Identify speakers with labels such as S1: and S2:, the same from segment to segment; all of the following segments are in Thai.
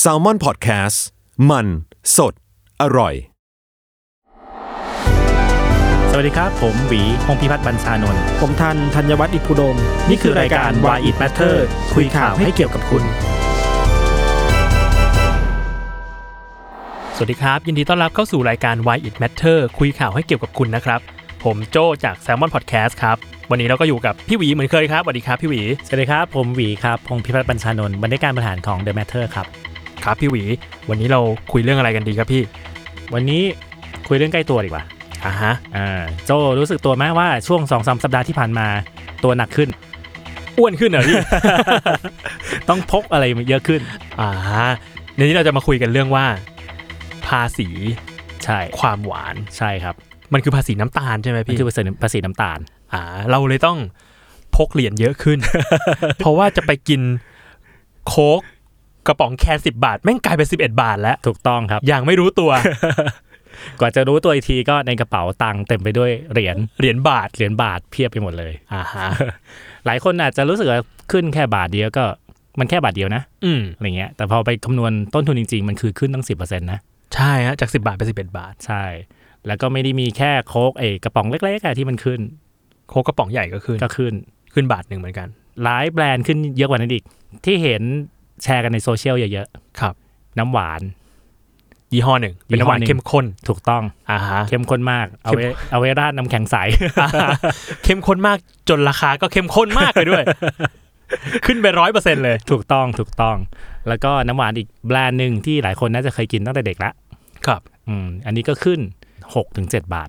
S1: แซลมอนพอดแคสต์มันสดอร่อย
S2: สวัสดีครับ ผมหวีพงพิพัฒน์บัญชานนท์
S3: ผมทันธัญวัฒน์อิพุดม
S2: นี่คือรายการ Why It Matter คุยข่าวให้เกี่ยวกับคุณ
S4: สวัสดีครับ ยินดีต้อนรับเข้าสู่รายการ Why It Matter คุยข่าวให้เกี่ยวกับคุณนะครับ ผมโจจาก Salmon Podcast ครับวันนี้เราก็อยู่กับพี่หวีเหมือนเคยครับสวัสดีครับพี่หวี
S2: สวัสดีครับ ผมหวีครับพงพิพัฒน์บัญชานนท์บรรณาธิการบริหารของ The Matter ครับ
S4: ครับพี่หวี วันนี้เราคุยเรื่องอะไรกันดีครับพี่
S2: วันนี้คุยเรื่องใกล้ตัวดีกว่า
S4: อ่าฮะ
S2: อ่าโจรู้สึกตัวไหมว่าช่วง2อสสัปดาห์ที่ผ่านมาตัวหนักขึ้น
S4: อ้วนขึ้นเหรอ พี่
S2: ต้องพกอะไรเยอะขึ้น
S4: อ่าฮะในนี้เราจะมาคุยกันเรื่องว่า ภาษี
S2: ใช่
S4: ความหวาน
S2: ใช่ครับ
S4: มันคือภาษีน้ำตาลใช่ไหม
S2: นี่
S4: พี่
S2: คือภาษีภาษีน้ำตาล
S4: อ่า เราเลยต้องพกเหรียญเยอะ ขึ้น เพราะว่าจะไปกินโค้กกระป๋องแคนสิบบาทแม่งกลายเป็นสิบเอ็ดบาท แล้ว
S2: ถูกต้องครับ
S4: อย่างไม่รู้ตัว
S2: กว่าจะรู้ตัวอีกทีก็ในกระเป๋าตังค์เต็มไปด้วยเหรียญ
S4: เหรียญบาท
S2: เหรียญบาทเพียบไปหมดเลย
S4: อ่าฮะ
S2: หลายคนอาจจะรู้สึกว่าขึ้นแค่บาทเดียวก็มันแค่บาทเดียวนะ
S4: อืม
S2: อะไรเงี้ยแต่พอไปคำนวณต้นทุนจริงๆ มันคือขึ้นตั้ง 10%นะ
S4: ใช่ฮะ จาก 10 บาทเป็น11 บาท
S2: ใช่ แล้วก็ไม่ได้มีแค่โคกเอกระป๋องเล็กๆอะที่มันขึ้น
S4: โค้กกระป๋องใหญ่ก็ขึ้น
S2: ก็ขึ้น
S4: ขึ้นบาทหนึ่งเหมือนกัน
S2: หลายแบรนด์ขึ้นเยอะกว่านั้นอีก ที่เห็นแชร์กันในโซเชียลเยอะ
S4: ครับ
S2: ๆ น้ำหวาน
S4: ยี่ห้อหนึ่ง เป็นน้ำหวาน
S2: ยี่ห้อหนึ่ง
S4: เข้มข้น
S2: ถูกต้อง
S4: อ่าฮะ
S2: เข้มข้นมาก เอาไว้เอาไว้ราดน้ำแข็งใส
S4: เข้มข้นมากจนราคาก็เข้มข้นมากไปด้วย ขึ้นไปร้อยเปอร์เซ็นเลย
S2: ถูกต้องถูกต้อง แล้วก็น้ำหวานอีกแบรนด์หนึ่งที่หลายคนน่าจะเคยกินตั้งแต่เด็กละ
S4: ครับ
S2: อืมอันนี้ก็ขึ้น6-7บาท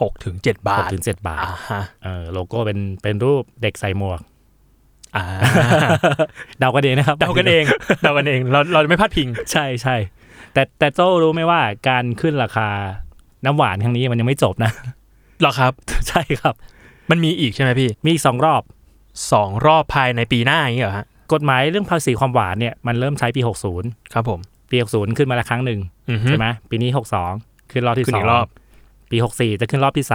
S4: หกถึงเจ็ดบาท
S2: 6-7 บาท
S4: อ่าฮะ
S2: เออโลโก้เป็นเป็นรูปเด็กใส่หมว ก
S4: อ่า
S2: เดากันเองนะครับ
S4: เดากันเองเดากันเอง เราเราไม่พลาดพิง
S2: ใช่ใช่แต่แต่โจ้รู้ไหมว่าการขึ้นราคาน้ำหวานครั้งนี้มันยังไม่จบนะ
S4: หรอครับ
S2: ใช่ครับ
S4: มันมีอีกใช่ไหมพี่
S2: มีอีกสองรอบ
S4: สองรอบภายในปีหน้าอย่างนี้เหรอฮะ
S2: กฎหมายเรื่องภาษีความหวานเนี่ยมันเริ่มใช้ปี 60
S4: ครับผม
S2: ปี 60 ขึ้นมาละครั้งหนึ่ง
S4: อือฮึ
S2: ใช่ไหมปีนี้ 62 ขึ้นรอบที่
S4: ขึ้น
S2: สอ
S4: อี
S2: ง
S4: กรอบ
S2: ปี 64 จะขึ้นรอบที่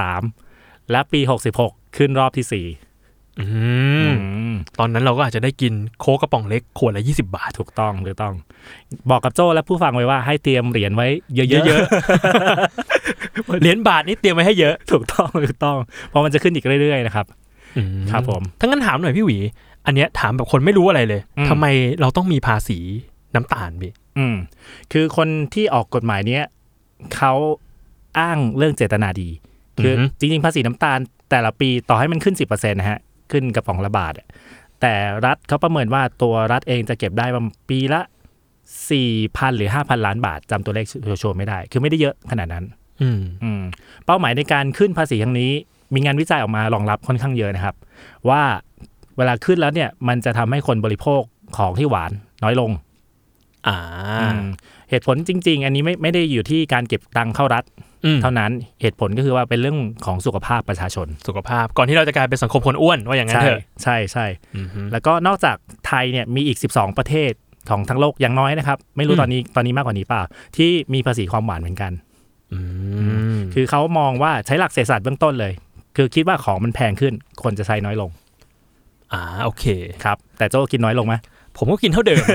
S2: 3 และปี 66 ขึ้นรอบที่สี่
S4: อื
S2: อื
S4: ม
S2: ม
S4: ตอนนั้นเราก็อาจจะได้กินโค้กกระป๋องเล็กขวดละยี่สิบบาท
S2: ถูกต้องถูกต้อง บอกกับโจ้และผู้ฟังไว้ว่าให้เตรียมเหรียญไว้เยอะ
S4: เยอะ เหรียญบาทนี่เตรียมไว้ให้เยอะ
S2: ๆ ถูกต้องถูกต้องเพราะมันจะขึ้นอีกเรื่อยๆนะครับครับผม
S4: ทั้างนั้นถามหน่อยพี่หวี อันเนี้ยถามแบบคนไม่รู้อะไรเลย
S2: อืม
S4: ทำไมเราต้องมีภาษีน้ำตาลพี่
S2: อืมคือคนที่ออกกฎหมายเนี้ยเขาอ้างเรื่องเจตนาดี คืออจริงๆ ภาษีน้ำตาล แต่ละปีต่อให้มันขึ้น 10%นะฮะ ขึ้นกระป๋องละบาทอะแต่รัฐเขาประเมินว่าตัวรัฐเองจะเก็บได้ประมาณปีละ 4,000 หรือ 5,000 ล้านบาทจำตัวเลขชัวร์ๆไม่ได้ คือไม่ได้เยอะขนาดนั้น
S4: อืม
S2: อืมเป้าหมายในการขึ้นภาษีครั้งนี้ มีงานวิจัยออกมารองรับค่อนข้างเยอะนะครับ ว่าเวลาขึ้นแล้วเนี่ยมันจะทำให้คนบริโภคของที่หวานน้อยลง
S4: อ่า
S2: อืมเหตุผลจริง ๆ อันนี้ไม่ไม่ได้อยู่ที่การเก็บตังค์เข้ารัฐ
S4: อืม
S2: เท่านั้นเหตุผลก็คือว่าเป็นเรื่องของสุขภาพประชาชน
S4: สุขภาพก่อนที่เราจะกลายเป็นสังคมคนอ้วนว่าอย่างนั้น
S2: ใช่
S4: เถอะ
S2: ใช่ใช่
S4: อือฮึ
S2: แล้วก็นอกจากไทยเนี่ยมีอีก 12 ประเทศของทั้งโลกอย่างน้อยนะครับ ไม่รู้
S4: อืม
S2: ตอนนี้ตอนนี้มากกว่านี้เปล่า ที่มีภาษีความหวานเหมือนกัน
S4: อืม
S2: คือเขามองว่าใช้หลักเศรษฐศาสตร์เบื้องต้นเลย คือคิดว่าของมันแพงขึ้น คนจะใช้น้อยลง
S4: อ่าโอเค
S2: ครับแต่โจ้กินน้อยลงไหม
S4: ผมก็กินเท่าเดิม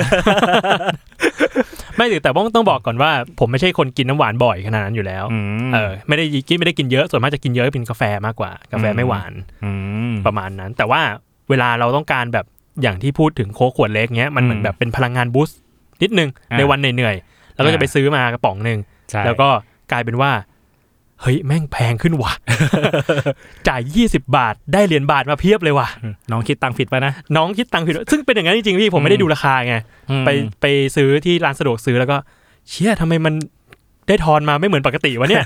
S4: ไม่แต่ว่าต้องบอกก่อนว่า ผมไม่ใช่คนกินน้ำหวานบ่อยขนาดนั้นอยู่แล้ว
S2: เอ
S4: เอ
S2: อ
S4: อไม่ได้กินไม่ได้กินเยอะส่วนมากจะกินเยอะเป็นกาแฟมากกว่า กาแฟไม่หวาน
S2: อืม
S4: ประมาณนั้น แต่ว่าเวลาเราต้องการแบบอย่างที่พูดถึงโค้กขวดเล็กเงี้ยมันเหมือน
S2: อืม
S4: แบบเป็นพลังงานบูสต์นิดนึง
S2: อ่า
S4: ในวันเหนื่อยๆแล้วก็
S2: อ่า
S4: จะไปซื้อมากระป๋องหนึ่ง
S2: ใช่
S4: แล้วก็กลายเป็นว่า เฮ้ย แม่งแพงขึ้น ว่ะ จ่าย 20 บาทได้เหรียญบาทมาเพียบเลยว่ะ
S2: น้องคิดตังค์ผิดไปนะ
S4: น้องคิดตังค์ผิด ซึ่งเป็นอย่างนั้นจริงๆพี่ผมไม่ได้ดูราคาไงไปไปซื้อที่ร้านสะดวกซื้อแล้วก็ เชี่ยทำไมมันได้ทอนมาไม่เหมือนปกติวะ เนี่ย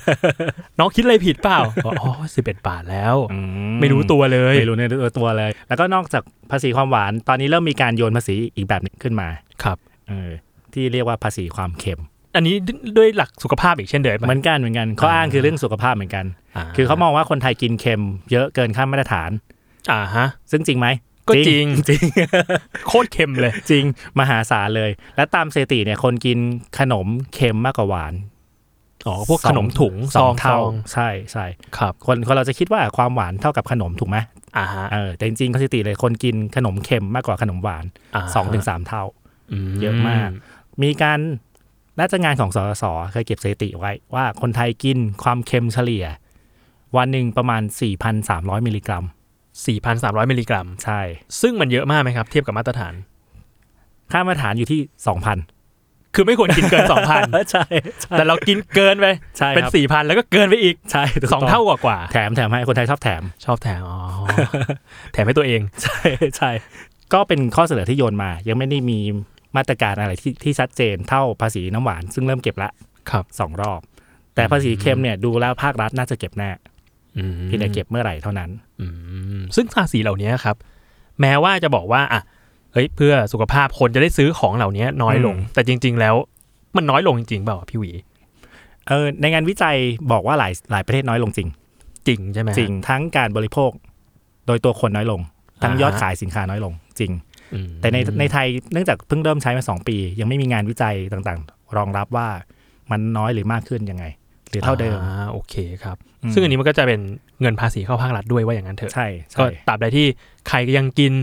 S4: น้องคิดอะไรผิดเปล่าบอกอ๋อสิบเอ็ดบาทแล้ว
S2: อื
S4: ไม่รู้ตัวเลย
S2: ไม่รู้ในตัวตัวเลย แล้วก็นอกจากภาษีความหวาน ตอนนี้เริ่มมีการโยนภาษีอีกแบบหนึงขึ้นมา
S4: ครับ
S2: เออที่เรียกว่าภาษีความเค็ม
S4: อันนี้ดด้วยหลักสุขภาพอีกเช่นเดิม
S2: เหมือนกันเหมือนกันข้ออ้างคือเรื่องสุขภาพเหมือนกัน คือเขามองว่าคนไทยกินเค็มเยอะเกินค่ามาตรฐาน
S4: อ่าฮะ
S2: ซึ่งจริงไหม
S4: ก็จริง
S2: จริง
S4: โคตรเค็มเลย
S2: จริง มหาศาลเลย และตามสถิติเนี่ยคนกินขนมเค็มมากกว่าหวาน
S4: อ๋อ พวกขนมถุง
S2: ส
S4: ซ
S2: อ
S4: อง ง
S2: เท่า
S4: ซอง
S2: ใช่ใช่
S4: ครับ
S2: คนคนเราจะคิดว่าความหวานเท่ากับขนมถูกไหม
S4: อ่าฮะ
S2: เออแต่จริงๆสถิติเลยคนกินขนมเค็มมากกว่าขนมหวาน
S4: าฮะ
S2: สองถึงสามเท่า เยอะมาก มีการน่าจะงานของสสเคยเก็บสถิติไว้ว่าคนไทยกินความเค็มเฉลี่ย วันหนึ่งประมาณ 4,300 มิลลิกรัม
S4: 4,300 มิลลิกรัม
S2: ใช่
S4: ซึ่งมันเยอะมากไหมครับ เทียบกับมาตรฐาน
S2: ค่ามาตรฐานอยู่ที่ 2,000
S4: คือไม่ควรกินเกิน 2,000
S2: ใช่ใช่
S4: แต่เรากินเกินไป
S2: ใช่
S4: เป็น
S2: ครับ
S4: 4,000 แล้วก็เกินไปอีก
S2: ใช่ถูก
S4: 2
S2: ต้
S4: เท่ากว่ากว่า
S2: แถมแถมให้คนไทยชอบแถม
S4: ชอบแถม อ๋อ แถ มให้ตัวเอง
S2: ใช่ใช่ก็เป็นข้อเสนอที่โยนมา ยังไม่ได้มีมาตรการอะไรที่ที่ชัดเจนเท่าภาษีน้ำหวาน ซึ่งเริ่มเก็บละ
S4: ครับ
S2: สองรอบ แต่ภาษีเค็มเนี่ยดูแล้วภาครัฐน่าจะเก็บแน่
S4: อืม
S2: เพียงแต่เก็บเมื่อไหร่เท่านั้น
S4: อืมซึ่งภาษีเหล่านี้ครับ แม้ว่าจะบอกว่าอ่ะเฮ้ยเพื่อสุขภาพคนจะได้ซื้อของเหล่านี้น้อยลง
S2: อืม
S4: แต่จริง ๆ แล้วมันน้อยลงจริงๆเปล่าพี่หวี
S2: เออในงานวิจัยบอกว่าหลายหลายประเทศน้อยลงจริง
S4: จริงใช่ไหม
S2: จริงทั้งการบริโภค โดยตัวคนน้อยลง ทั้งยอดขายสินค้าน้อยลง จริง
S4: อืม
S2: แต่ในในไทยเนื่องจากเพิ่งเริ่มใช้มาสองปี ยังไม่มีงานวิจัยต่างๆ รองรับว่ามันน้อยหรือมากขึ้นยังไง หรือเท่าเดิม
S4: อ่โอเคครับ
S2: อืม
S4: ซึ่งอันนี้มันก็จะเป็นเงินภาษีเข้าภาครัฐด้วยว่าอย่างนั้นเถอะ
S2: ใช่
S4: ก็
S2: ใช่
S4: ตราบใดที่ใครยังกิน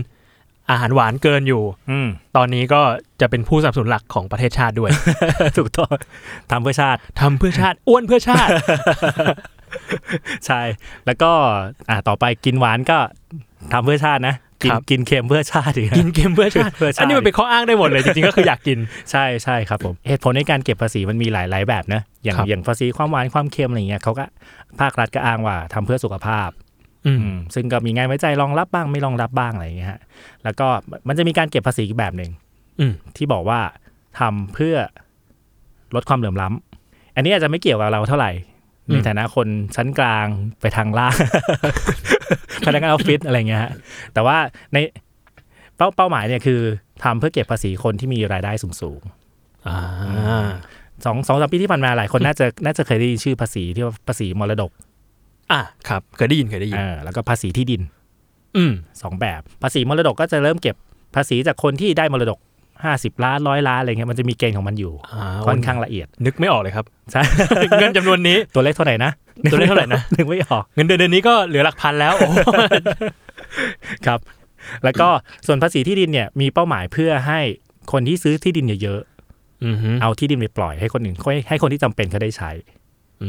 S4: อาหารหวานเกินอยู่
S2: อืม
S4: ตอนนี้ก็จะเป็นผู้สนับสนุนหลักของประเทศชาติด้วย
S2: ถูกต้องทำเพื่อชาติ
S4: ทำเพื่อชาติ อ้วนเพื่อชาติ
S2: ใช่ แล้วก็อ่าต่อไปกินหวานก็ทำเพื่อชาตินะ กิน
S4: ครับ
S2: กินเค็มเพื่อชาติอีกนะ
S4: กินเค็มเพื่อชาติ
S2: เพื่อชาติ
S4: อันนี้มันเป็นข้ออ้างได้หมดเลยจริงๆก็คืออยากกิน
S2: ใช่ใช่ครับผมเหตุผลในการเก็บภาษีมันมีหลายหลายแบบนะอย่าง
S4: ครับ
S2: อย่างภาษีความหวานความเค็มอะไรเงี้ยเขาก็ภาครัฐก็อ้างว่าทำเพื่อสุขภาพ
S4: อืม
S2: อืมซึ่งก็มีงานวิจัยรองรับบ้างไม่รองรับบ้างอะไรอย่างเงี้ยฮะแล้วก็มันจะมีการเก็บภาษีอีกแบบหนึ่ง
S4: อืม
S2: ที่บอกว่าทำเพื่อลดความเหลื่อมล้ำอันนี้อาจจะไม่เกี่ยวกับเราเท่าไหร่ ในฐานะคนชั้นกลาง ไปทางล่าง พนักงานออฟฟิศอะไรเงี้ยฮะแต่ว่าในเป้าเป้าหมายเนี่ยคือทำเพื่อเก็บภาษีคนที่มีรายได้สูง
S4: อ่า
S2: ๆสองสองสามปีที่ผ่านมาหลายคนน่าจะน่าจะเคยได้ยินชื่อภาษีที่ว่าภาษีมรดก
S4: อ่ะครับเคยได้ยินเคยได้ยิน
S2: เออแล้วก็ภาษีที่ดิน
S4: อืม
S2: สองแบบภาษีมรดกก็จะเริ่มเก็บภาษีจากคนที่ได้มรดก 50 ล้านร้อยล้านอะไรเงี้ยมันจะมีเกณฑ์ของมันอยู่
S4: อ่า
S2: ค่อนข้างละเอียด
S4: นึกไม่ออกเลยครับ
S2: ใช่
S4: เงินจำนวนนี้
S2: ตัวเลขเท่าไหร่นะ
S4: ตัวเลขเท่าไหร่นะ
S2: นึกไม่ออก
S4: เงินเดือนเดือนนี้ก็เหลือหลักพันแล้วโอ้โห
S2: ครับ แล้วก็ส่วนภาษีที่ดินเนี่ยมีเป้าหมายเพื่อให้คนที่ซื้อที่ดินเยอะ
S4: อืมฮึ
S2: ๆเอาที่ดินไปปล่อยให้คนอื่นให้ให้คนที่จำเป็นเขาได้ใช้
S4: อื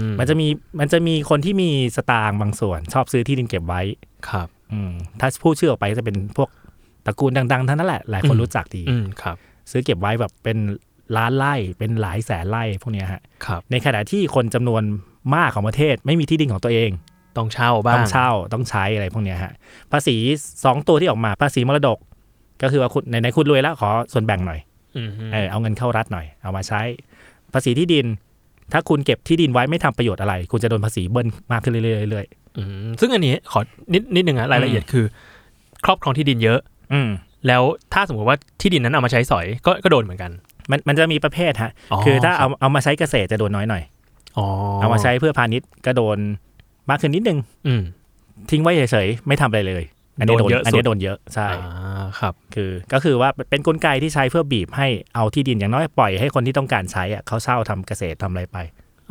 S4: ม
S2: มันจะมีมันจะมีคนที่มีสตางค์บางส่วน ชอบซื้อที่ดินเก็บไว้
S4: ครับ
S2: อืมถ้าพูดชื่อออกไปก็จะเป็นพวกตระกูลดังๆทั้งนั้นแหละหลายคน
S4: อืม
S2: รู้จักดี
S4: อืมครับ
S2: ซื้อเก็บไว้แบบเป็นล้านไร่เป็นหลายแสนไร่พวกเนี้ยฮะ
S4: ครับ
S2: ในขณะที่คนจำนวนมากของประเทศไม่มีที่ดินของตัวเอง
S4: ต้องเช่าบ้า
S2: ต้อง งเช่าต้องใช้อะไรพวกเนี้ยฮะภาษีสองตัวที่ออกมาภาษีมรดก ก็คือว่าคุณในในๆคุณรวยแล้วขอส่วนแบ่งหน่อย
S4: อืมฮึ
S2: เออเอาเงินเข้ารัฐหน่อยเอามาใช้ ภาษีที่ดิน ถ้าคุณเก็บที่ดินไว้ไม่ทำประโยชน์อะไร คุณจะโดนภาษีเบิ้ลมากขึ้นเรื่อยๆเรื่อย
S4: อืมซึ่งอันนี้ขอนิดนิดหนึ่งอะรายละเอียดคือ ครอบครองที่ดินเยอะ
S2: ๆอืม
S4: แล้วถ้าสมมติว่าที่ดินนั้นเอามาใช้สอยก็ก็โดนเหมือนกัน
S2: มันมันจะมีประเภทฮะคือถ้าเอาเอามาใช้เกษตรจะโดนน้อยหน่อย
S4: อ๋อ
S2: เอามาใช้เพื่อพาณิชย์ก็โดนมากขึ้นนิดนึง
S4: อืม
S2: ทิ้งไว้เฉยๆ ไม่ทำอะไรเลย อันนี้โด
S4: โด
S2: น
S4: นเยอะสุด
S2: อันนี้โดนเยอะใช่
S4: อ่าครับ
S2: คือก็คือว่าเป็นกลไกที่ใช้เพื่อบีบให้เอาที่ดินอย่างน้อยปล่อยให้คนที่ต้องการใช้อะเขาเช่าทำเกษตรทำอะไรไป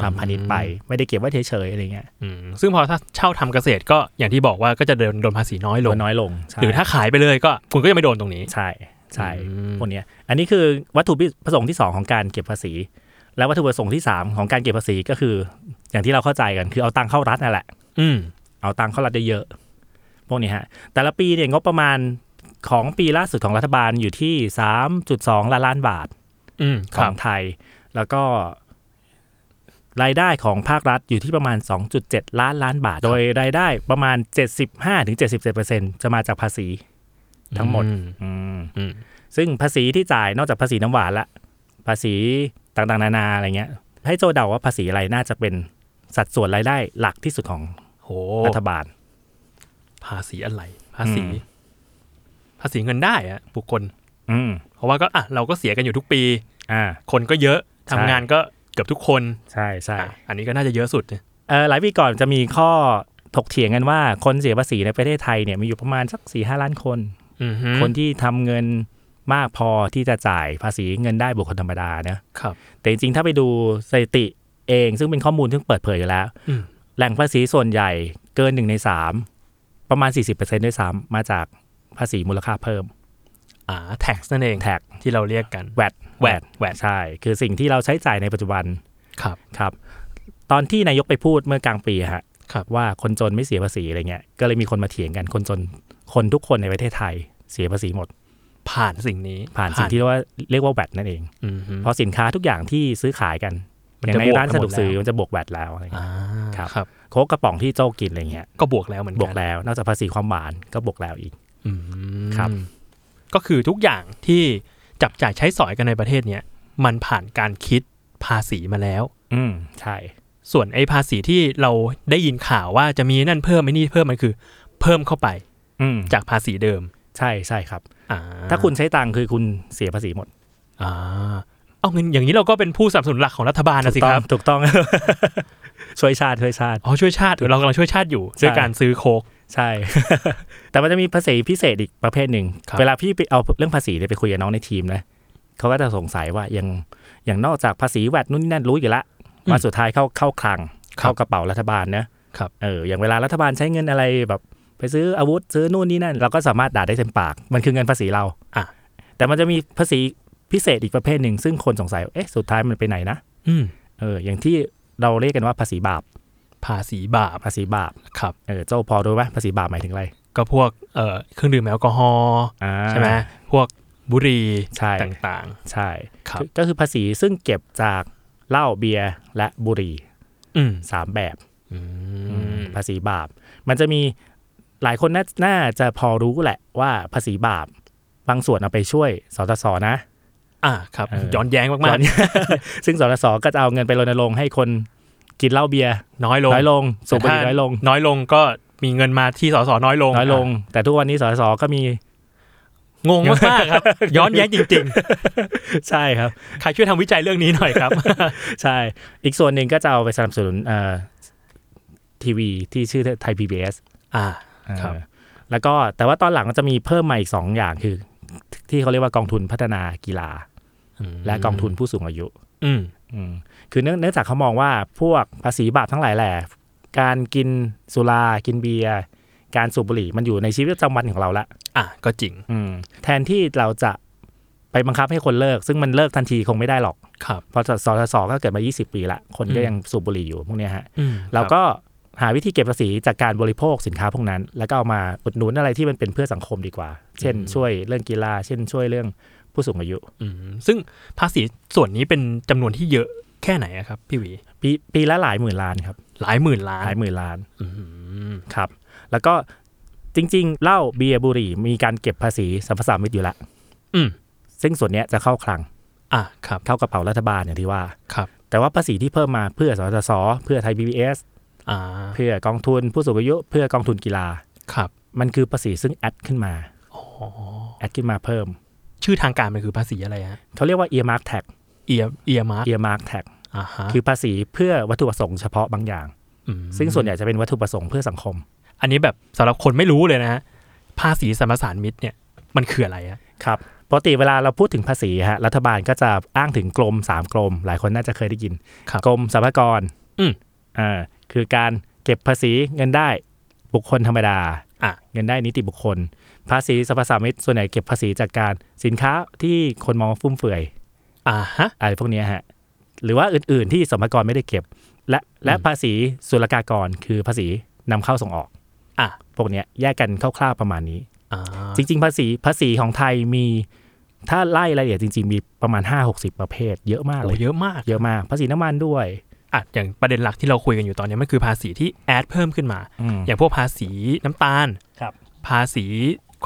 S2: ทำพาณิชย์ไป ไม่ได้เก็บไว้เฉยๆอะไรเงี้ย
S4: อืมซึ่งพอถ้าเช่าทำเกษตรก็อย่างที่บอกว่าก็จะโดนโดนภาษีน้อยล
S2: โด
S4: ง
S2: นน้อยลงใช่
S4: หรือถ้าขายไปเลยก็คุณก็ยังไม่โดนตรงนี้
S2: ใช่ใช่
S4: อืม
S2: พวกเนี้ยอันนี้คือวัตถุประสงค์ที่สองของการเก็บภาษี แล้ววัตถุประสงค์ที่สามของการเก็บภาษีก็คือ อย่างที่เราเข้าใจกันคือเอาตังค์เข้ารัฐนั่นแหละ
S4: อืม
S2: เอาตังค์เข้ารัฐเยอะๆพวกนี้ฮะ แต่ละปีเนี่ยงบประมาณของปีล่าสุดของรัฐบาลอยู่ที่ 3.2 ล้านล้านบาท
S4: อืม
S2: ข
S4: ครั
S2: อบ งไทย แล้วก็รายได้ของภาครัฐอยู่ที่ประมาณ 2.7 ล้านล้านบาท โดยรายได้ประมาณ 75-77%จะมาจากภาษีทั้งหมด
S4: อื
S2: อืม
S4: อืม
S2: ซึ่งภาษีที่จ่ายนอกจากภาษีน้ำหวานละ ภาษีต่างๆ นานาอะไรเงี้ย ให้โจเดาว่าภาษีอะไรน่าจะเป็นสัดส่วนรายได้หลักที่สุดของ
S4: โห
S2: รัฐบาล
S4: ภาษีอะไร ภาษี
S2: อืม
S4: ภาษีเงินได้อะบุคคล
S2: อืม
S4: เพราะว่าก็อ่ะเราก็เสียกันอยู่ทุกปี
S2: อ่า
S4: คนก็เยอะทำงานก็เกือบทุกคน
S2: ใช่ใช่
S4: อ่ะอันนี้ก็น่าจะเยอะสุดเนี่ย
S2: เออหลายปีก่อนจะมีข้อถกเถียงกันว่าคนเสียภาษีในประเทศไทยเนี่ยมีอยู่ประมาณสักสี่ห้าล้านคน
S4: อืม
S2: คนที่ทำเงินมากพอที่จะจ่ายภาษีเงินได้บุคคลธรรมดานะครับ แต่จริงๆ ถ้าไปดูสถิติเองซึ่งเป็นข้อมูลที่เปิดเผยอยู่แล้ว
S4: อืม
S2: แหล่งภาษีส่วนใหญ่เกินหนึ่งในสามประมาณ 40%ด้วยซ้ำมาจากภาษีมูลค่าเพิ่ม
S4: อ่าแท็กนั่นเอง
S2: แท็ก
S4: ที่เราเรียกกัน
S2: แวด
S4: แวดแวด
S2: ใช่ คือสิ่งที่เราใช้จ่ายในปัจจุบัน
S4: ครับ
S2: ครับ ตอนที่นายกไปพูดเมื่อกลางปีฮะ
S4: ครับ
S2: ว่าคนจนไม่เสียภาษีอะไรเงี้ยก็เลยมีคนมาเถียงกันคนจนคนทุกคนในประเทศไทยเสียภาษีหมด
S4: ผ่านสิ่งนี้
S2: ผ่านสิ่งที่เรียกว่าเรียกว่าแวดนั่นเอง
S4: อือฮึ
S2: เพราะสินค้าทุกอย่างที่ซื้อขายกัน
S4: มัน
S2: อย่าง
S4: จะ
S2: ใน
S4: บวก
S2: ร้าน
S4: กัน
S2: สะดวกซื้อ
S4: หมดแล้ว
S2: มันจะบวกแวดแล้วอะไรเงี้ย
S4: อ่า
S2: ครับ
S4: ครับ
S2: โค้กกระป๋องที่โจ้กินอะไรเงี้ย
S4: ก็บวกแล้วเหมือน
S2: บ
S4: กั
S2: วกแล้ว นอกจากภาษีความหวานก็บวกแล้วอีก
S4: อืม
S2: ครับ
S4: ก็คือทุกอย่างที่จับจ่ายใช้สอยกันในประเทศเนี้ยมันผ่านการคิดภาษีมาแล้ว
S2: อืมใช่
S4: ส่วนไอ้ภาษีที่เราได้ยินข่าวว่าจะมีนั่นเพิ่มไอ้นี่เพิ่มมันคือ เพิ่มเข้าไป
S2: อืม
S4: จากภาษีเดิม
S2: ใช่ใช่ครับ
S4: อ่า
S2: ถ้าคุณใช้ตังค์คือคุณเสียภาษีหมด
S4: อ่าเอาเงินอย่างนี้เราก็เป็นผู้สนับสนุนหลักของรัฐบาลนะสิครับ
S2: ถูกต้อง ช่วยชาติช่วยชาติ
S4: อ๋อช่วยชาติเออเรากำลังช่วยชาติอยู่
S2: ใช่
S4: ด้วยการซื้อโคก
S2: ใช่ แต่มันจะมีภาษีพิเศษอีกประเภทหนึ่ง
S4: ครับ
S2: เวลาพี่ไปเอาเรื่องภาษีเนี่ยไปคุยกับน้องในทีมนะเขาก็จะสงสัยว่าอย่างอย่างนอกจากภาษีแวดนู่นนี่นั่นรู้อยู่ละมาสุดท้ายเข้าเข้าคลัง เข้ากระเป๋ารัฐบาลนะครับ เอออย่างเวลารัฐบาลใช้เงินอะไรแบบไปซื้ออาวุธซื้อนู่นนี่นั่น เราก็สามารถด่าได้เต็มปาก มันคือเงินภาษีเรา
S4: อ่ะ
S2: แต่มันจะมีภาษีพิเศษอีกประเภทหนึ่งซึ่งคนสงสัยว่าเอ๊ะสุดท้ายมันไปไหนนะ
S4: อืม
S2: เอออย่างที่เราเรียกกันว่าภาษีบาป
S4: ภาษีบาป
S2: ภาษีบาป
S4: ครับ
S2: เออเจ้าพอรู้ไหมภาษีบาปหมายถึงอะไร
S4: ก็พวกเอ่อเครื่องดื่มแอลกอฮอล์
S2: อ่า
S4: ใช่ไหมพวกบุหรี่
S2: ใช่
S4: ต่าง
S2: ใช่
S4: ครับ
S2: อก็คือภาษีซึ่งเก็บจากเหล้าเบียร์และบุหรี่
S4: ๆ อืม
S2: สามแบบ
S4: อืม
S2: ภาษีบาป มันจะมีหลายคนน่าน่าจะพอรู้แหละว่าภาษีบาป บางส่วนเอาไปช่วยสตสนะ
S4: อ่าครับ
S2: เออ
S4: ย้อนแย้งมาก
S2: ซึ่งสตสก็จะเอาเงินไปรณรงค์ให้คนกินเหล้าเบียร์
S4: ๆน้อยลง
S2: น้อยลงสูบบุหรี่
S4: แต่ถ้า
S2: น้อยลง
S4: น้อยลงก็มีเงินมาที่สสน้อยลง
S2: น้อยลง แต่ทุกวันนี้สตสก็มี
S4: งงมากๆ ครับ ย้อนแย้งจริง
S2: ใช่ครับ
S4: ๆ ใครช่วยทำวิจัยเรื่องนี้หน่อยครับ
S2: ใช่ อีกส่วนหนึ่งก็จะเอาไปสนับสนุนเอ่อทีวีที่ชื่อไทยพีบีเอส
S4: อ่า ครับ
S2: เออแล้วก็แต่ว่าตอนหลังมันจะมีเพิ่มมาอีกสองอย่างคือ ที่เขาเรียกว่ากองทุนพัฒนากีฬา และกองทุนผู้สูงอายุ
S4: อืม
S2: อืมคือเนื่องเนื่องจากเขามองว่าพวกภาษีบาปทั้งหลายแหละการกินสุรากินเบียร์การสูบบุหรี่มันอยู่ในชีวิตประจำวันของเราละ
S4: อ่าก็จริง
S2: อืมแทนที่เราจะไปบังคับให้คนเลิก ซึ่งมันเลิกทันทีคงไม่ได้หรอก
S4: ครับ
S2: เพอสสสก็เกิดมา 20 ปีละคนก็
S4: อืม
S2: ยังสูบบุหรี่อยู่พวกเนี้ยฮะ
S4: อืม
S2: เราก็หาวิธีเก็บภาษีจากการบริโภคสินค้าพวกนั้น แล้วก็เอามาอุดหนุนอะไรที่มันเป็นเพื่อสังคมดีกว่า เช่น ช่วยเรื่องกีฬา เช่น ช่วยเรื่องผู้สูงอายุ
S4: อืมซึ่งภาษีส่วนนี้เป็นจำนวนที่เยอะแค่ไหนอะครับ พี่หวี
S2: ปีปีละหลายหมื่นล้านครับ
S4: หลายหมื่นล้า
S2: ห
S4: น
S2: ลายหมื่นล้าน
S4: อืม
S2: ครับ แล้วก็จริงๆเหล้าเบียร์บุหรี่มีการเก็บภาษีสัมภาษามิตอยู่ละ
S4: อืม
S2: ซึ่งส่วนเนี้ยจะเข้าคลัง
S4: อ่าครับ
S2: เข้ากระเป๋ารัฐบาลอย่างที่ว่า
S4: ครับ
S2: แต่ว่าภาษีที่เพิ่มมาเพื่อสสสเพื่อไทย PBS
S4: อ่า
S2: เพื่อกองทุนผู้สูงอายุ เพื่อกองทุนกีฬา
S4: ครับ
S2: มันคือภาษีซึ่งแอดขึ้นมาแอดขึ้นมาเพิ่ม
S4: ชื่อทางการมันคือภาษีอะไรฮะ
S2: เขาเรียกว่า earmark tax
S4: เอียเอียมาร์ก
S2: earmark tax
S4: อ่าฮะ
S2: คือภาษีเพื่อวัตถุประสงค์เฉพาะบางอย่าง
S4: ม
S2: ซึ่งส่วนใหญ่จะเป็นวัตถุประสงค์เพื่อสังคม
S4: อันนี้แบบสำหรับคนไม่รู้เลยนะฮะภาษีสรรพสานมิตรเนี่ยมันคืออะไรอะ
S2: ครับปกติเวลาเราพูดถึงภาษีฮะรัฐบาลก็จะอ้างถึงกรมสามกรม หลายคนน่าจะเคยได้ยิน
S4: ครับ
S2: กรมสรรพากร
S4: อืม
S2: อ่าคือการเก็บภาษีเงินได้บุคคลธรรมดา
S4: อ่ะ
S2: เงินได้นิติบุคคล ภาษีสรรพสามิตส่วนใหญ่เก็บภาษีจากการสินค้าที่คนมองว่าฟุ่มเฟือย
S4: อ่าฮะ
S2: อะไรพวกเนี้ยฮะหรือว่าอื่นๆที่สรรพากรไม่ได้เก็บ และและ
S4: อืม
S2: ภาษีศุลกากรคือภาษีนำเข้าส่งออก
S4: อ่ะ
S2: พวกเนี้ยแยกกันคร่าวๆประมาณนี้
S4: อ่า
S2: จริง ๆ ภาษีภาษีของไทยมี ถ้าไล่รายละเอียดจริง ๆ มีประมาณ 5 6 0 ประเภท เยอะมาก
S4: โอ้
S2: เลย
S4: เยอะมาก
S2: เยอะมากภาษีน้ำมันด้วย
S4: อ่ะอย่างประเด็นหลักที่เราคุยกันอยู่ตอนเนี้ยมันคือภาษีที่แอดเพิ่มขึ้นมา อ
S2: อย่าง
S4: ย่างพวกภาษีน้ำตาล
S2: ครับ
S4: ภาษี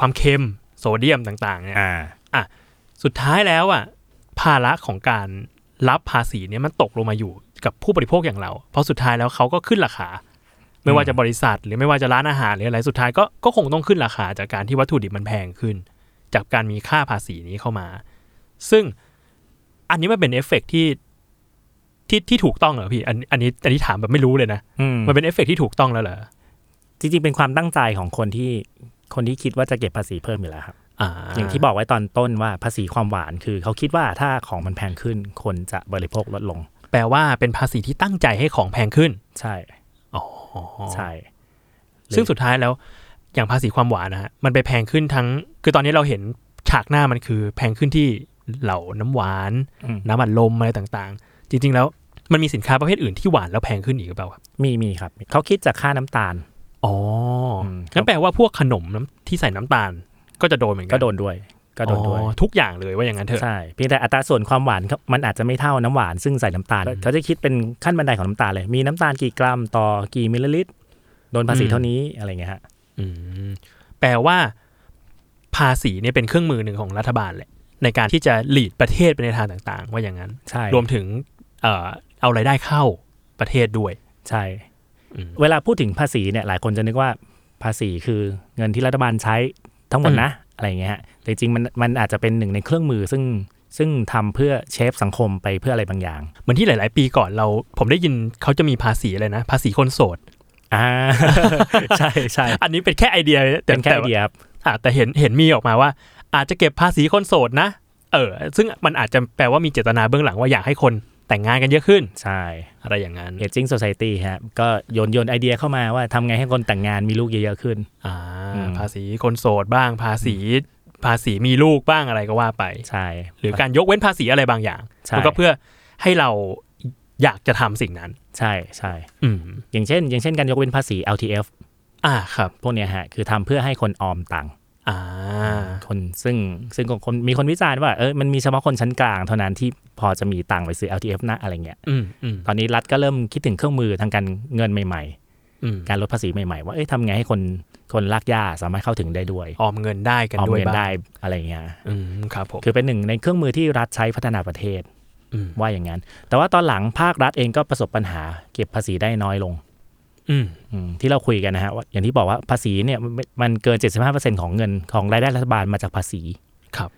S4: ความเค็มโซเดียมต่างๆเนี่ย
S2: อ่า
S4: สุดท้ายแล้วอ่ะภาระของการรับภาษีเนี่ยมันตกลงมาอยู่กับผู้บริโภคอย่างเรา เพราะสุดท้ายแล้วเขาก็ขึ้นราคา ไม่ว่าจะบริษัทหรือไม่ว่าจะร้านอาหารหรืออะไรสุดท้ายก็ก็คงต้องขึ้นราคาจากการที่วัตถุดิบมันแพงขึ้น จากการมีค่าภาษีนี้เข้ามา ซึ่งอันนี้มันเป็นเอฟเฟกต์ที่ที่ที่ถูกต้องเหรอพี่อันอันนี้อันนี้ถามแบบไม่รู้เลยนะ
S2: มั
S4: มัน
S2: น
S4: เป็นเอฟเฟกต์ที่ถูกต้องแล้วเหรอ
S2: จริง ๆ เป็นความตั้งใจของคนที่คนที่คิดว่าจะเก็บภาษีเพิ่มอยู่แล้วครับ
S4: อ่า
S2: อย่างที่บอกไว้ตอนต้นว่าภาษีความหวานคือเขาคิดว่าถ้าของมันแพงขึ้น คนจะบริโภคลดลง
S4: แปลว่าเป็นภาษีที่ตั้งใจให้ของแพงขึ้น
S2: ใช่
S4: อ๋อ
S2: ใช่
S4: ซึ่งสุดท้ายแล้วอย่างภาษีความหวานนะฮะมันไปแพงขึ้นทั้ง คือตอนนี้เราเห็นช ากหน้ามันคือแพงขึ้นที่เหล่าน้ำหวาน
S2: อืม
S4: น้ำอัดลมอะไรต่างๆ จริง ๆ แล้วมันมีสินค้าประเภทอื่นที่หวานแล้วแพงขึ้นอีกหรือเปล่าครับ
S2: มีมีครับเขาคิดจากค่าน้ำตาล
S4: อ๋ออ
S2: มครับ
S4: งั้นแปลว่าพวกขนมน้ำที่ใส่น้ำตาล ก็จะโดนเหมือนกั
S2: ก็โดนด้วย ก็โดนด้วย
S4: อ๋อทุกอย่างเลยว่าอย่างนั้นเถอะ
S2: ใช่เพียงแต่อัตราส่วนความหวานเขามันอาจจะไม่เท่าน้ำหวานซึ่งใส่น้ำตาล
S4: อืม
S2: เขาจะคิดเป็นขั้นบันไดของน้ำตาลเลย มีน้ำตาลกี่กรัมต่อกี่มิลลิลิตร โดนภาษี
S4: อืม
S2: เท่านี้อะไรเงี้ยฮะ
S4: อืมแปลว่าภาษีเนี่ยเป็นเครื่องมือหนึ่งของรัฐบาลแหละ ในการที่จะหลีดประเทศไปในทางต่างๆ ว่าอย่างนั้น
S2: ใช่
S4: รวมถึงเอ่อเอารายได้เข้าประเทศด้วย
S2: ใช่
S4: อืม
S2: เวลาพูดถึงภาษีเนี่ยหลายคนจะนึกว่าภาษีคือเงินที่รัฐบาลใช้ทั้งหมด
S4: อืม
S2: นะอะไรเงี้ยฮะแต่จริงๆมันมันอาจจะเป็นหนึ่งในเครื่องมือซึ่งซึ่งทำเพื่อเชฟสังคมไปเพื่ออะไรบางอย่าง
S4: เหมือนที่หลาย ๆ ปีก่อนเรา ผมได้ยินเขาจะมีภาษีอะไรนะ ภาษีคนโสด
S2: อ่า ใช่ใช่
S4: อันนี้เป็นแค่ไอเดียแต่
S2: เป็นแค่ไอเดียครับ
S4: แต่ว่าอ่ะแต่เห็นเห็นมีออกมาว่า อาจจะเก็บภาษีคนโสดนะ เออ ซึ่งมันอาจจะแปลว่ามีเจตนาเบื้องหลังว่าอยากให้คนแต่งงานกันเยอะขึ้น
S2: ใช่
S4: อะไรอย่างนั้น
S2: เอจิ้งโซซตี้ฮะก็โยนโยนไอเดียเข้ามาว่าทำไงให้คนแต่งงานมีลูกเยอะๆขึ้น
S4: อ่า
S2: อืม
S4: ภาษีคนโสดบ้าง ภาษีภาษีมีลูกบ้างอะไรก็ว่าไป
S2: ใช่
S4: หรือการยกเว้นภาษีอะไรบางอย่าง
S2: ใช่
S4: มันก็เพื่อให้เราอยากจะทำสิ่งนั้น
S2: ใช่ใช่
S4: อืม
S2: อย่างเช่น อย่างเช่นการยกเว้นภาษี LTF
S4: อ่าครับ
S2: พวกเนี้ยฮะคือทำเพื่อให้คนออมตังค์
S4: อ่า
S2: คนซึ่งซึ่งคนมีคนวิจารณ์ว่าเออมันมีเฉพาะคนชั้นกลางเท่านั้นที่พอจะมีตังค์ไปซื้อ LTF นะอะไรเงี้ย
S4: อืมอืม
S2: ตอนนี้รัฐก็เริ่มคิดถึงเครื่องมือทางการเงินใหม่
S4: อืม
S2: ๆ การลดภาษีใหม่ๆ ว่าเอ้ยทำไงให้คนคนลากหญ้าสามารถเข้าถึงได้ด้วย
S4: ออมเงินได้กัน
S2: ออม
S4: ด้วย
S2: เงิน
S4: บ้าง
S2: ได้อะไรเงี้ย
S4: อืมครับผม
S2: คือเป็นหนึ่งในเครื่องมือที่รัฐใช้พัฒนาประเทศ
S4: อืม
S2: ว่าอย่างนั้น แต่ว่าตอนหลังภาครัฐเองก็ประสบปัญหาเก็บภาษีได้น้อยลง
S4: อืม
S2: อืมที่เราคุยกันนะฮะว่าอย่างที่บอกว่าภาษีเนี่ยมันมันเกิน 75%ของเงินของรายได้รัฐบาลมาจากภาษี
S4: ครับ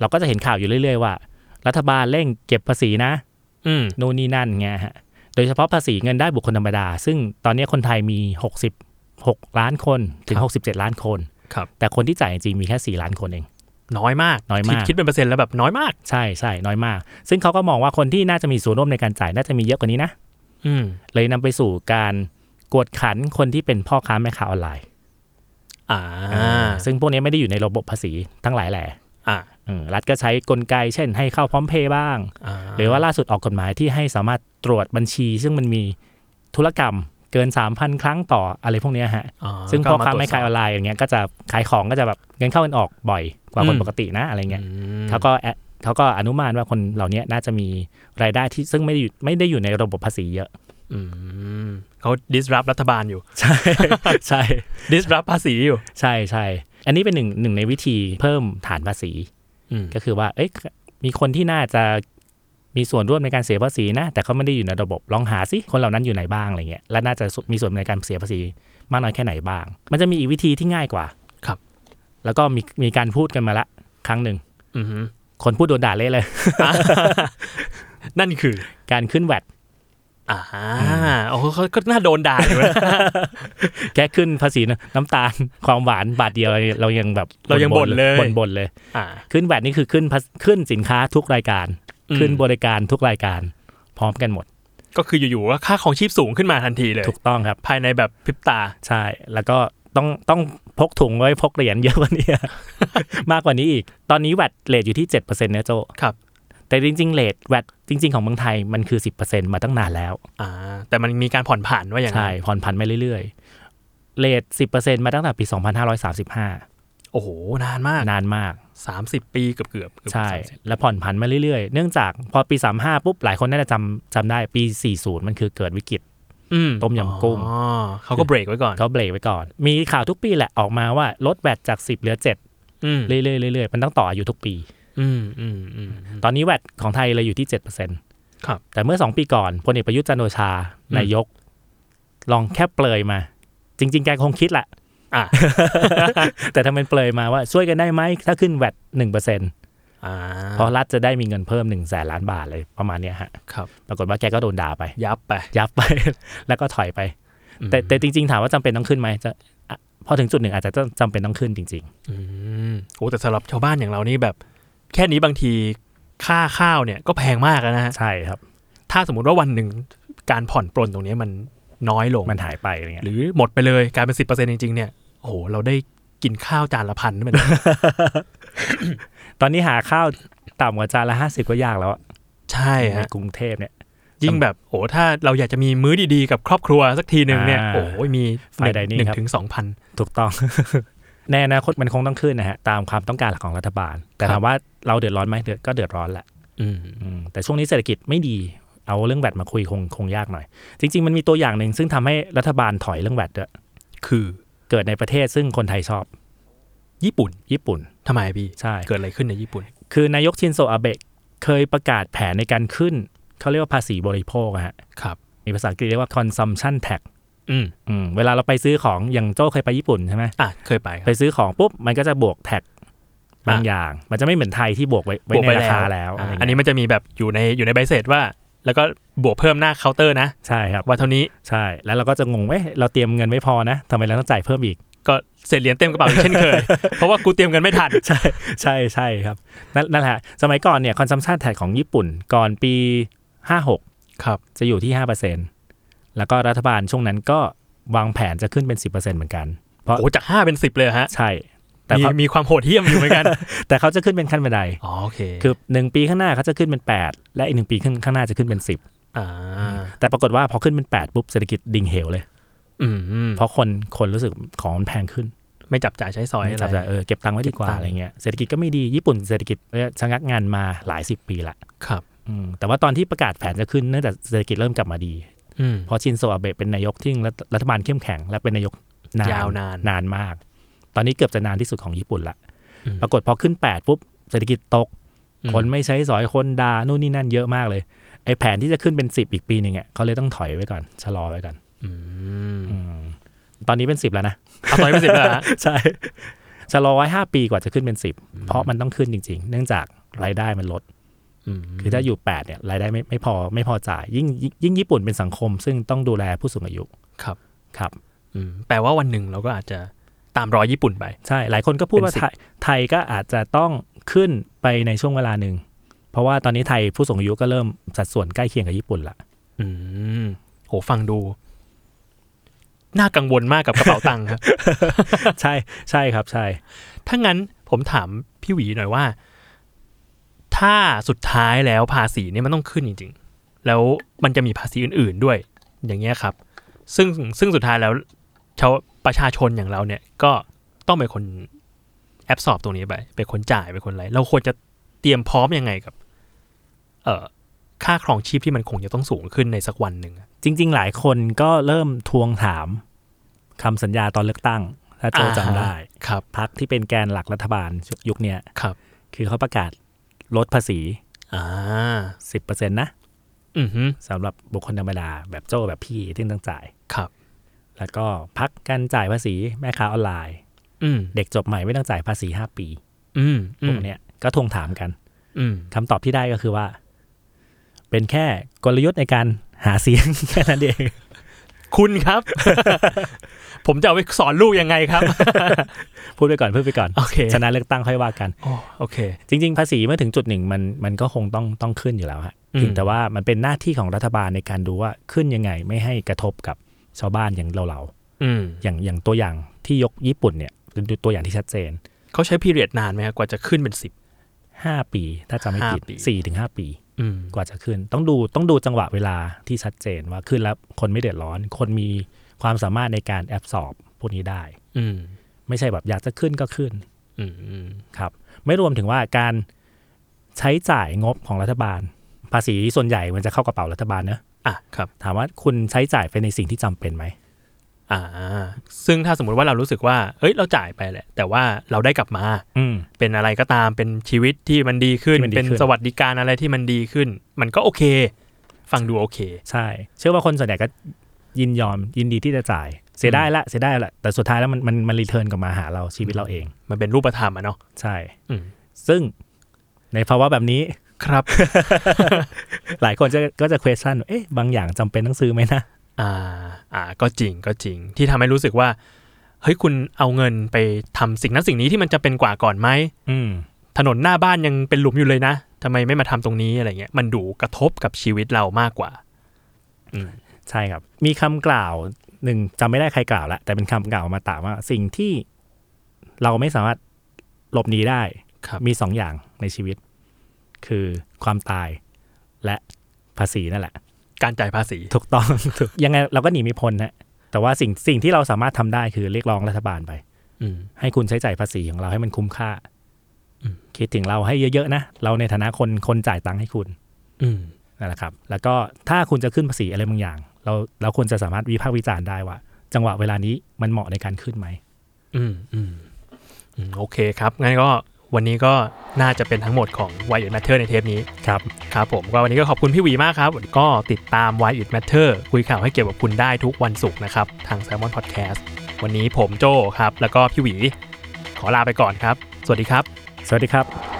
S2: เราก็จะเห็นข่าวอยู่เรื่อย ๆ ว่า รัฐบาลเร่งเก็บภาษีนะ
S4: อืม
S2: นู่นนี่นั่นไงฮะโดยเฉพาะภาษีเงินได้บุคคลธรรมดา ซึ่งตอนนี้คนไทยมี 66 ล้านคนถึง
S4: ครับ
S2: 67 ล้านคน
S4: ครับ
S2: แต่คนที่จ่ายจริงๆมีแค่ 4 ล้านคนเอง
S4: น้อยมาก
S2: น้อยมาก
S4: คิดคิดเป็นเปอร์เซ็นต์แล้วแบบน้อยมาก
S2: ใช่ใช่น้อยมาก ซึ่งเขาก็มองว่าคนที่น่าจะมีส่วนร่วมในการจ่ายน่าจะมีเยอะกว่านี้นะ
S4: อืม
S2: เลยนำไปสู่การกวดขันคนที่เป็นพ่อค้าแม่ค้าออนไลน์
S4: อ่า
S2: ซึ่งพวกนี้ไม่ได้อยู่ในระบบภาษีทั้งหลายแหล่
S4: อ่า
S2: อืมรัฐก็ใช้กลไก เช่น ให้เข้าพร้อมเพย์บ้าง
S4: อ่า
S2: หรือว่าล่าสุดออกกฎหมายที่ให้สามารถตรวจบัญชี ซึ่งมันมีธุรกรรมเกิน 3,000 ครั้งต่ออะไรพวกเนี้ยฮะ
S4: อ่า
S2: ซึ่งพ่อค้า
S4: ก็
S2: แม่ค้าออนไลน์อย่างเงี้ยก็จะขายของก็จะแบบเงินเข้าเงินออกบ่อยกว่าคนปกตินะอะไรเงี้ย
S4: อืม
S2: เขาก็แอะเขาก็อนุมานว่าคนเหล่านี้น่าจะมีรายได้ที่ซึ่งไม่ได้อยู่ไม่ได้อยู่ในระบบภาษีเยอะ
S4: อืมเขา disrupt รัฐบาลอยู่
S2: ใช่ ใช่
S4: disrupt ภาษีอยู่
S2: ใช่ใช่อันนี้เป็นหนึ่งหนึ่งในวิธีเพิ่มฐานภาษี
S4: อืม
S2: ก็คือว่า เอ๊ะมีคนที่น่าจะมีส่วนร่วมในการเสียภาษีนะ แต่เขาไม่ได้อยู่ในระบบลองหาสิคนเหล่านั้นอยู่ไหนบ้างอะไรเงี้ยและน่าจะมีส่วนในการเสียภาษีมากน้อยแค่ไหนบ้าง มันจะมีอีกวิธีที่ง่ายกว่าแล้วก็มีมีการพูดกันมาละครั้งหนึ่ง
S4: อืม
S2: คนพูดโดนด่าเละเลย
S4: นั่นคือ
S2: การขึ้นแวด
S4: อ่าโอ้โหเขาก็น่าโดนด่าอยู่นะ
S2: แค่ขึ้นภาษีนะน้ำตาล ความหวานบาทเดียวเรายังแบบ
S4: เรายังบ่นเลย
S2: บ่นบ่นเลย
S4: อ่า
S2: ขึ้นแบตนี่คือขึ้นภาขึ้นสินค้าทุกรายการ
S4: อืม
S2: ขึ้นบริการทุกรายการ พร้อมกันหมด
S4: ก็คืออยู่ๆว่าค่าของชีพสูงขึ้นมาทันทีเลย
S2: ถูกต้องครับ
S4: ภายในแบบพริบตา
S2: ใช่แล้วก็ต้องต้องพกถุงไว้พกเหรียญเยอะกว่านี้ มากกว่านี้อีก ตอนนี้แวดเลทอยู่ที่ 7%นะโจ
S4: ครับ
S2: แต่จริงๆเลทแวดจริง ๆ ของเมืองไทยมันคือ 10%มาตั้งนานแล้ว
S4: อ่า แต่มันมีการผ่อนผันว่าอย่าง
S2: ใช่
S4: นั้น
S2: ผ่อนผันไปเรื่อยๆเลท10%มาตั้งแต่ปี 2535
S4: โอ้โห นานมาก
S2: นานมาก
S4: สามสิบปีเกือบเกือบๆเกือบ
S2: ใช่
S4: 30
S2: แล้วผ่อนผันมาเรื่อยๆ เนื่องจากพอปี 35 ปุ๊บ หลายคนน่าจะจำจำได้ปี 40 มันคือเกิดวิกฤต
S4: อืม
S2: ต้มยำกุ้ง
S4: อ๋อเขาก็เบรกไว้ก่อน
S2: เขาเบรกไว้ก่อน มีข่าวทุกปีแหละออกมาว่าลดแวดจาก 10 เหลือ 7
S4: อืม
S2: เรื่อยๆเรื่อยๆมันต้องต่ออายุทุกปี
S4: อืมอืมอืม
S2: ตอนนี้แวดของไทยเลยอยู่ที่ 7%
S4: ครับ
S2: แต่เมื่อ 2 ปีก่อนพลเอกประยุทธ์จันทร์โอชา
S4: อืม
S2: นายก ลองแค่เปลยมา จริง ๆ แกคงคิดแหละ
S4: อ่ า
S2: แต่ทำเป็นเปลยมาว่าช่วยกันได้ไหมถ้าขึ้นแวด1%เ
S4: อ่า
S2: พราะรัฐจะได้มีเงินเพิ่ม1นึ่งแสนล้านบาทเลยประมาณเนี้ยฮะ
S4: ครับ
S2: ปรากฏว่าแกก็โดนด่าไป
S4: ยับไป
S2: ยับไป แล้วก็ถอยไป แต่แต่จริงๆ ถามว่าจำเป็นต้องขึ้นไหมจะอ่ะพอถึงจุดหนึ่งอาจจะจำเป็นต้องขึ้นจริง
S4: อืมโอ้แต่สำหรับชาวบ้านอย่างเรานี่แบบ แค่นี้บางทีค่าข้าวเนี่ยก็แพงมากแล้วนะฮะ
S2: ๆ ใช่ครับ
S4: ถ้าสมมติว่าวันหนึ่งการผ่อนปลนตรงเนี้ยมันน้อยลง
S2: มันหายไปอะไรเงี้ย
S4: หรือหมดไปเลยกลายเป็นสิบเปอร์เซ็นต์จริงๆเนี่ยโอ้โหเราได้กินข้าวจานละพันนั่นเป็น
S2: ตอนนี้หาข้าวต่ำกว่าจานละห้าสิบก็ยากแล้วอะ
S4: ใช่
S2: ใน
S4: ฮะ
S2: กรุงเทพเนี่ย
S4: ยิ่งแบบโอ้ถ้าเราอยากจะมีมื้อดีๆกับครอบครัวสักทีหนึ่งเนี่ย
S2: อ่า
S4: โอ้ยมี
S2: ฝ่ายใดนี่
S4: หนึ่
S2: ครั
S4: ง
S2: บ
S4: ถึงสองพัน
S2: ถูกต้อง ในอนาคตมันคงต้องขึ้นนะฮะตามความต้องการของรัฐบาล แต่
S4: ครับ
S2: ถามว่าเราเดือดร้อนไหมเดือดก็เดือดร้อนแหละ
S4: อืม
S2: อืมแต่ช่วงนี้เศรษฐกิจไม่ดี เอาเรื่องแวดมาคุยคงคงยากหน่อย จริง ๆ มันมีตัวอย่างหนึ่งซึ่งทำให้รัฐบาลถอยเรื่องแวดด้วย
S4: คือ
S2: เกิดในประเทศซึ่งคนไทยชอบ
S4: ญี่ปุ่น
S2: ญี่ปุ่น
S4: ทำไมพี่
S2: ใช่
S4: เกิดอะไรขึ้นในญี่ปุ่น
S2: คือนายกชินโซอาเบะเคยประกาศแผนในการขึ้น เขาเรียกว่าภาษีบริโภคอะฮะ
S4: ครับ
S2: มีภาษาอังกฤษเรียกว่า consumption tax
S4: อืม
S2: อืมเวลาเราไปซื้อของอย่างโจ้เคยไปญี่ปุ่นใช่ไหม
S4: อ่ะเคยไปค
S2: ไป
S4: รับ
S2: ซื้อของปุ๊บ มันก็จะบวกแท็กบาง
S4: อ่ะ
S2: อย่าง มันจะไม่เหมือนไทยที่บวกไว้ไว้
S4: บวก
S2: ใน
S4: ไป
S2: รา
S4: แล้ว
S2: คาแล้ว
S4: อ่า
S2: อะไร
S4: อัน
S2: เงี้ย
S4: นี้มันจะมีแบบอยู่ในอยู่ในใบเสร็จว่า แล้วก็บวกเพิ่มหน้าเคาน์เตอร์นะ
S2: ใช่ครับ
S4: ว่าเท่านี้
S2: ใช่แล้วเราก็จะงงเอ้ยเราเตรียมเงินไม่พอนะทำไมเราต้องจ่ายเพิ่มอีก
S4: ก็เศษเหรียญเต็มกระเป๋าอีกเช่นเค ย เพราะว่ากูเตรียมกันไม่ทัน
S2: ใช่ใช่ใช่ครับนั่นนั่นแหละสมัยก่อนเนี่ย consumption tax ของญี่ปุ่นก่อนปี 56
S4: ครับ
S2: จะอยู่ที่ 5%แล้วก็รัฐบาลช่วงนั้นก็วางแผนจะขึ้นเป็น 10%เหมือนกัน เพราะ
S4: โอ้จากห้าเป็นสิบเลยเหรอฮะ
S2: ใช่ แต่
S4: มี
S2: เขา
S4: มีความโหดเหี้ยมอยู่เหมือนกัน
S2: แต่เขาจะขึ้นเป็นขั้นบันได
S4: อ๋อโอเค
S2: คือ 1 ปีข้างหน้าเขาจะขึ้นเป็น 8 และอีก 1 ปีข้างข้างหน้าจะขึ้นเป็น
S4: อ่า
S2: 10 แต่ปรากฏว่าพอขึ้นเป็น 8 ปุ๊บเศรษฐกิจดิ่งเหวเลย
S4: อืม
S2: เพราะคนคนรู้สึกของมันแพงขึ้น
S4: ไม่จับจ่ายใช้สอย
S2: ไม่
S4: อะ
S2: จับ
S4: ไร
S2: จ่ายเออเก็บตังค์ไว้ดีกว่า
S4: เก็บตังค์
S2: อะไรเงี้ยเศรษฐกิจก็ไม่ดีญี่ปุ่นเศรษฐกิจเนี่ยชะงักงานมาหลาย 10 ปีละ
S4: ครับ
S2: อืมแต่ว่าตอนที่ประกาศแผนจะขึ้นเนื่องจากเศรษฐกิจเริ่มกลับมาดี
S4: อืม
S2: เพราะชินโซอาเบะเป็นนายกที่รัฐรัฐบาลเข้มแข็ง และเป็นนายกนาน
S4: ยาวนาน
S2: นานมาก ตอนนี้เกือบจะนานที่สุดของญี่ปุ่นละ
S4: อืม
S2: ปรากฏพอขึ้น 8 ปุ๊บเศรษฐกิจตก
S4: อืม
S2: คนไม่ใช้สอยคนดา่านู่นนี่นั่นเยอะมากเลย ไอ้แผนที่จะขึ้นเป็น 10 อีกปีหนึ่งอ่ะเขาเลยต้องถอยไว้ก่อน ชะลอไว้ก่อน
S4: อืม
S2: อืมตอนนี้เป็น 10 แล้วนะ
S4: เอาต่อยไปสิบแล้วฮะ
S2: ใช่ ชะลอไว้5ปีกว่าจะขึ้นเป็น 10 เพราะมันต้องขึ้นจริง ๆ เนื่องจากรายได้มันลด คือถ้าอยู่8เนี่ยรายได้ไม่ไม่พอไม่พอจ่ายยิ่งยิ่งยิ่งญี่ปุ่นเป็นสังคม ซึ่งต้องดูแลผู้สูงอายุ
S4: ครับ
S2: ครับ
S4: อืมแปลว่าวันหนึ่งเราก็อาจจะตามรอยญี่ปุ่นไป
S2: ใช่ หลายคนก็พูดว่า
S4: เป็นสิ
S2: ไท
S4: บ
S2: ยไทยก็อาจจะต้องขึ้นไปในช่วงเวลาหนึ่ง เพราะว่าตอนนี้ไทยผู้สูงอายุก็เริ่มสัดส่วนใกล้เคียงกับญี่ปุ่นละ
S4: อืมโหฟังดู น่ากังวลมากกับกระเป๋าตังค์ครับ
S2: ใช่ใช่ครับใช่
S4: ถ้างั้นผมถามพี่หวีหน่อยว่า ถ้าสุดท้ายแล้วภาษีเนี่ยมันต้องขึ้นจริง ๆ แล้วมันจะมีภาษีอื่น ๆด้วย อย่างเงี้ยครับ ซึ่งซึ่งสุดท้ายแล้วชาวประชาชนอย่างเราเนี่ย ก็ต้องเป็นคนแอบสอบตรงนี้ไปเป็นคนจ่ายเป็นคนอะไรเราควรจะเตรียมพร้อมยังไงกับ เอ่อค่าครองชีพที่มันคงจะต้องสูงขึ้นในสักวันหนึ่งอะ
S2: จริง ๆ หลายคนก็เริ่มทวงถามคำสัญญาตอนเลือกตั้ง ถ้าโจ
S4: อ่าฮะ
S2: จำได้
S4: ครับ
S2: พักที่เป็นแกนหลักรัฐบาลยุคเนี้ย
S4: ครับ
S2: คือเขาประกาศลดภาษี
S4: อ่า
S2: 10%นะ
S4: อือฮึ
S2: สำหรับบุคคลธรรมดาแบบโจ้แบบพี่ที่ต้องจ่าย
S4: ครับ
S2: แล้วก็พักการจ่ายภาษีแม่ค้าออนไลน์
S4: อืม
S2: เด็กจบใหม่ไม่ต้องจ่ายภาษี 5 ปี
S4: อืมอืม
S2: พวกเนี้ยก็ทวงถามกัน
S4: อืม
S2: คำตอบที่ได้ก็คือว่า เป็นแค่กลยุทธ์ในการหาเสียง แค่นั้นเอง
S4: คุณครับ ผมจะเอาไปสอนลูกยังไง ครับ
S2: พูดไปก่อนพูดไปก่อน
S4: โอเค
S2: ชนะเลือกตั้งค่อยว่ากัน
S4: โอ้โอเค
S2: จริง ๆ ภาษีเมื่อถึงจุดหนึ่งมันมันก็คงต้องต้องขึ้นอยู่แล้วฮะ
S4: อืม
S2: เพียงแต่ว่ามันเป็นหน้าที่ของรัฐบาลในการดูว่าขึ้นยังไง ไม่ให้กระทบกับชาวบ้านอย่างเรา
S4: อืม
S2: ๆอย่างอย่างตัวอย่างที่ยกญี่ปุ่นเนี่ยเป็นตัวอย่างที่ชัดเจน
S4: เขาใช้พีเรียดนานไหมครับกว่าจะขึ้นเป็นสิบ
S2: 5 ปี ถ้าจำไม่ผิด
S4: ห้าปี
S2: สี่ถึงห้าปี
S4: อืม
S2: กว่าจะขึ้น ต้องดูต้องดูจังหวะเวลาที่ชัดเจนว่าขึ้นแล้วคนไม่เดือดร้อน คนมีความสามารถในการแอบสอบพวกนี้ได้
S4: อืม
S2: ไม่ใช่แบบอยากจะขึ้นก็ขึ้น
S4: อืมอืม
S2: ครับ ไม่รวมถึงว่าการใช้จ่ายงบของรัฐบาล ภาษีส่วนใหญ่มันจะเข้ากระเป๋ารัฐบาลนะ
S4: อ่ะครับ
S2: ถามว่าคุณใช้จ่ายไปในสิ่งที่จำเป็นไหม
S4: อ่า ซึ่งถ้าสมมติว่าเรารู้สึกว่า เอ้ย เราจ่ายไปแหละ แต่ว่าเราได้กลับมา
S2: อืม
S4: เป็นอะไรก็ตาม เป็นชีวิตที่มันดีขึ้น
S2: ที่มันดีขึ้น
S4: เป็นสวัสดิการอะไรที่มันดีขึ้น มันก็โอเค ฟังดูโอเค
S2: ใช่ เชื่อว่าคนส่วนใหญ่ก็ยินยอมยินดีที่จะจ่าย เสียได้ละเสียได้ละแต่สุดท้ายแล้วมันมันมันรีเทิร์นกลับมาหาเราชีวิตเราเอง
S4: มันเป็นรูปธรรมอะเนาะ
S2: ใช่
S4: อืม
S2: ซึ่งในภาวะแบบนี้
S4: ครับ
S2: หลายคนจะก็จะ question เอ๊ะ บางอย่างจำเป็นต้องซื้อไหมนะ
S4: อ่า อ่า ก็จริง ก็จริง ที่ทำให้รู้สึกว่า เฮ้ย คุณเอาเงินไปทำสิ่งนั้นสิ่งนี้ที่มันจะเป็นกว่าก่อนไหม
S2: อืม
S4: ถนนหน้าบ้านยังเป็นหลุมอยู่เลยนะทำไมไม่มาทำตรงนี้อะไรเงี้ย มันดูกระทบกับชีวิตเรามากกว่า
S2: ใช่ครับ มีคำกล่าวหนึ่งจำไม่ได้ใครกล่าวละแต่เป็นคำกล่าวมาตามว่า สิ่งที่เราไม่สามารถหลบหนีได้
S4: ครับ
S2: มีสองอย่างในชีวิต คือความตายและภาษีนั่นแหละ
S4: การจ่ายภาษี
S2: ถูกต้อง ถูกยังไงเราก็หนีไม่พ้นนะแต่ว่าสิ่งสิ่งที่เราสามารถทำได้คือเรียกร้องรัฐบาลไป
S4: อืม
S2: ให้คุณใช้จ่ายภาษีของเราให้มันคุ้มค่า
S4: อืม
S2: คิดถึงเราให้เยอะๆนะ เราในฐานะคนคนจ่ายตังค์ให้คุณ
S4: อืม
S2: นั่นแหละครับ แล้วก็ถ้าคุณจะขึ้นภาษีอะไรบางอย่าง เราเราควรจะสามารถวิพากษ์วิจารณ์ได้ว่า จังหวะเวลานี้มันเหมาะในการขึ้นไหม
S4: อืมอืมอืมโอเคครับ งั้นก็วันนี้ก็น่าจะเป็นทั้งหมดของ Why It Matter ในเทปนี้
S2: ครับ
S4: ครับผมก็วันนี้ก็ขอบคุณพี่หวีมากครับ ก็ติดตาม Why It Matter คุยข่าวให้เกี่ยวกับคุณได้ทุกวันศุกร์นะครับ ทาง Salmon Podcast วันนี้ผมโจครับ แล้วก็พี่หวี ขอลาไปก่อนครับ สวัสดีครับ
S2: สวัสดีครับ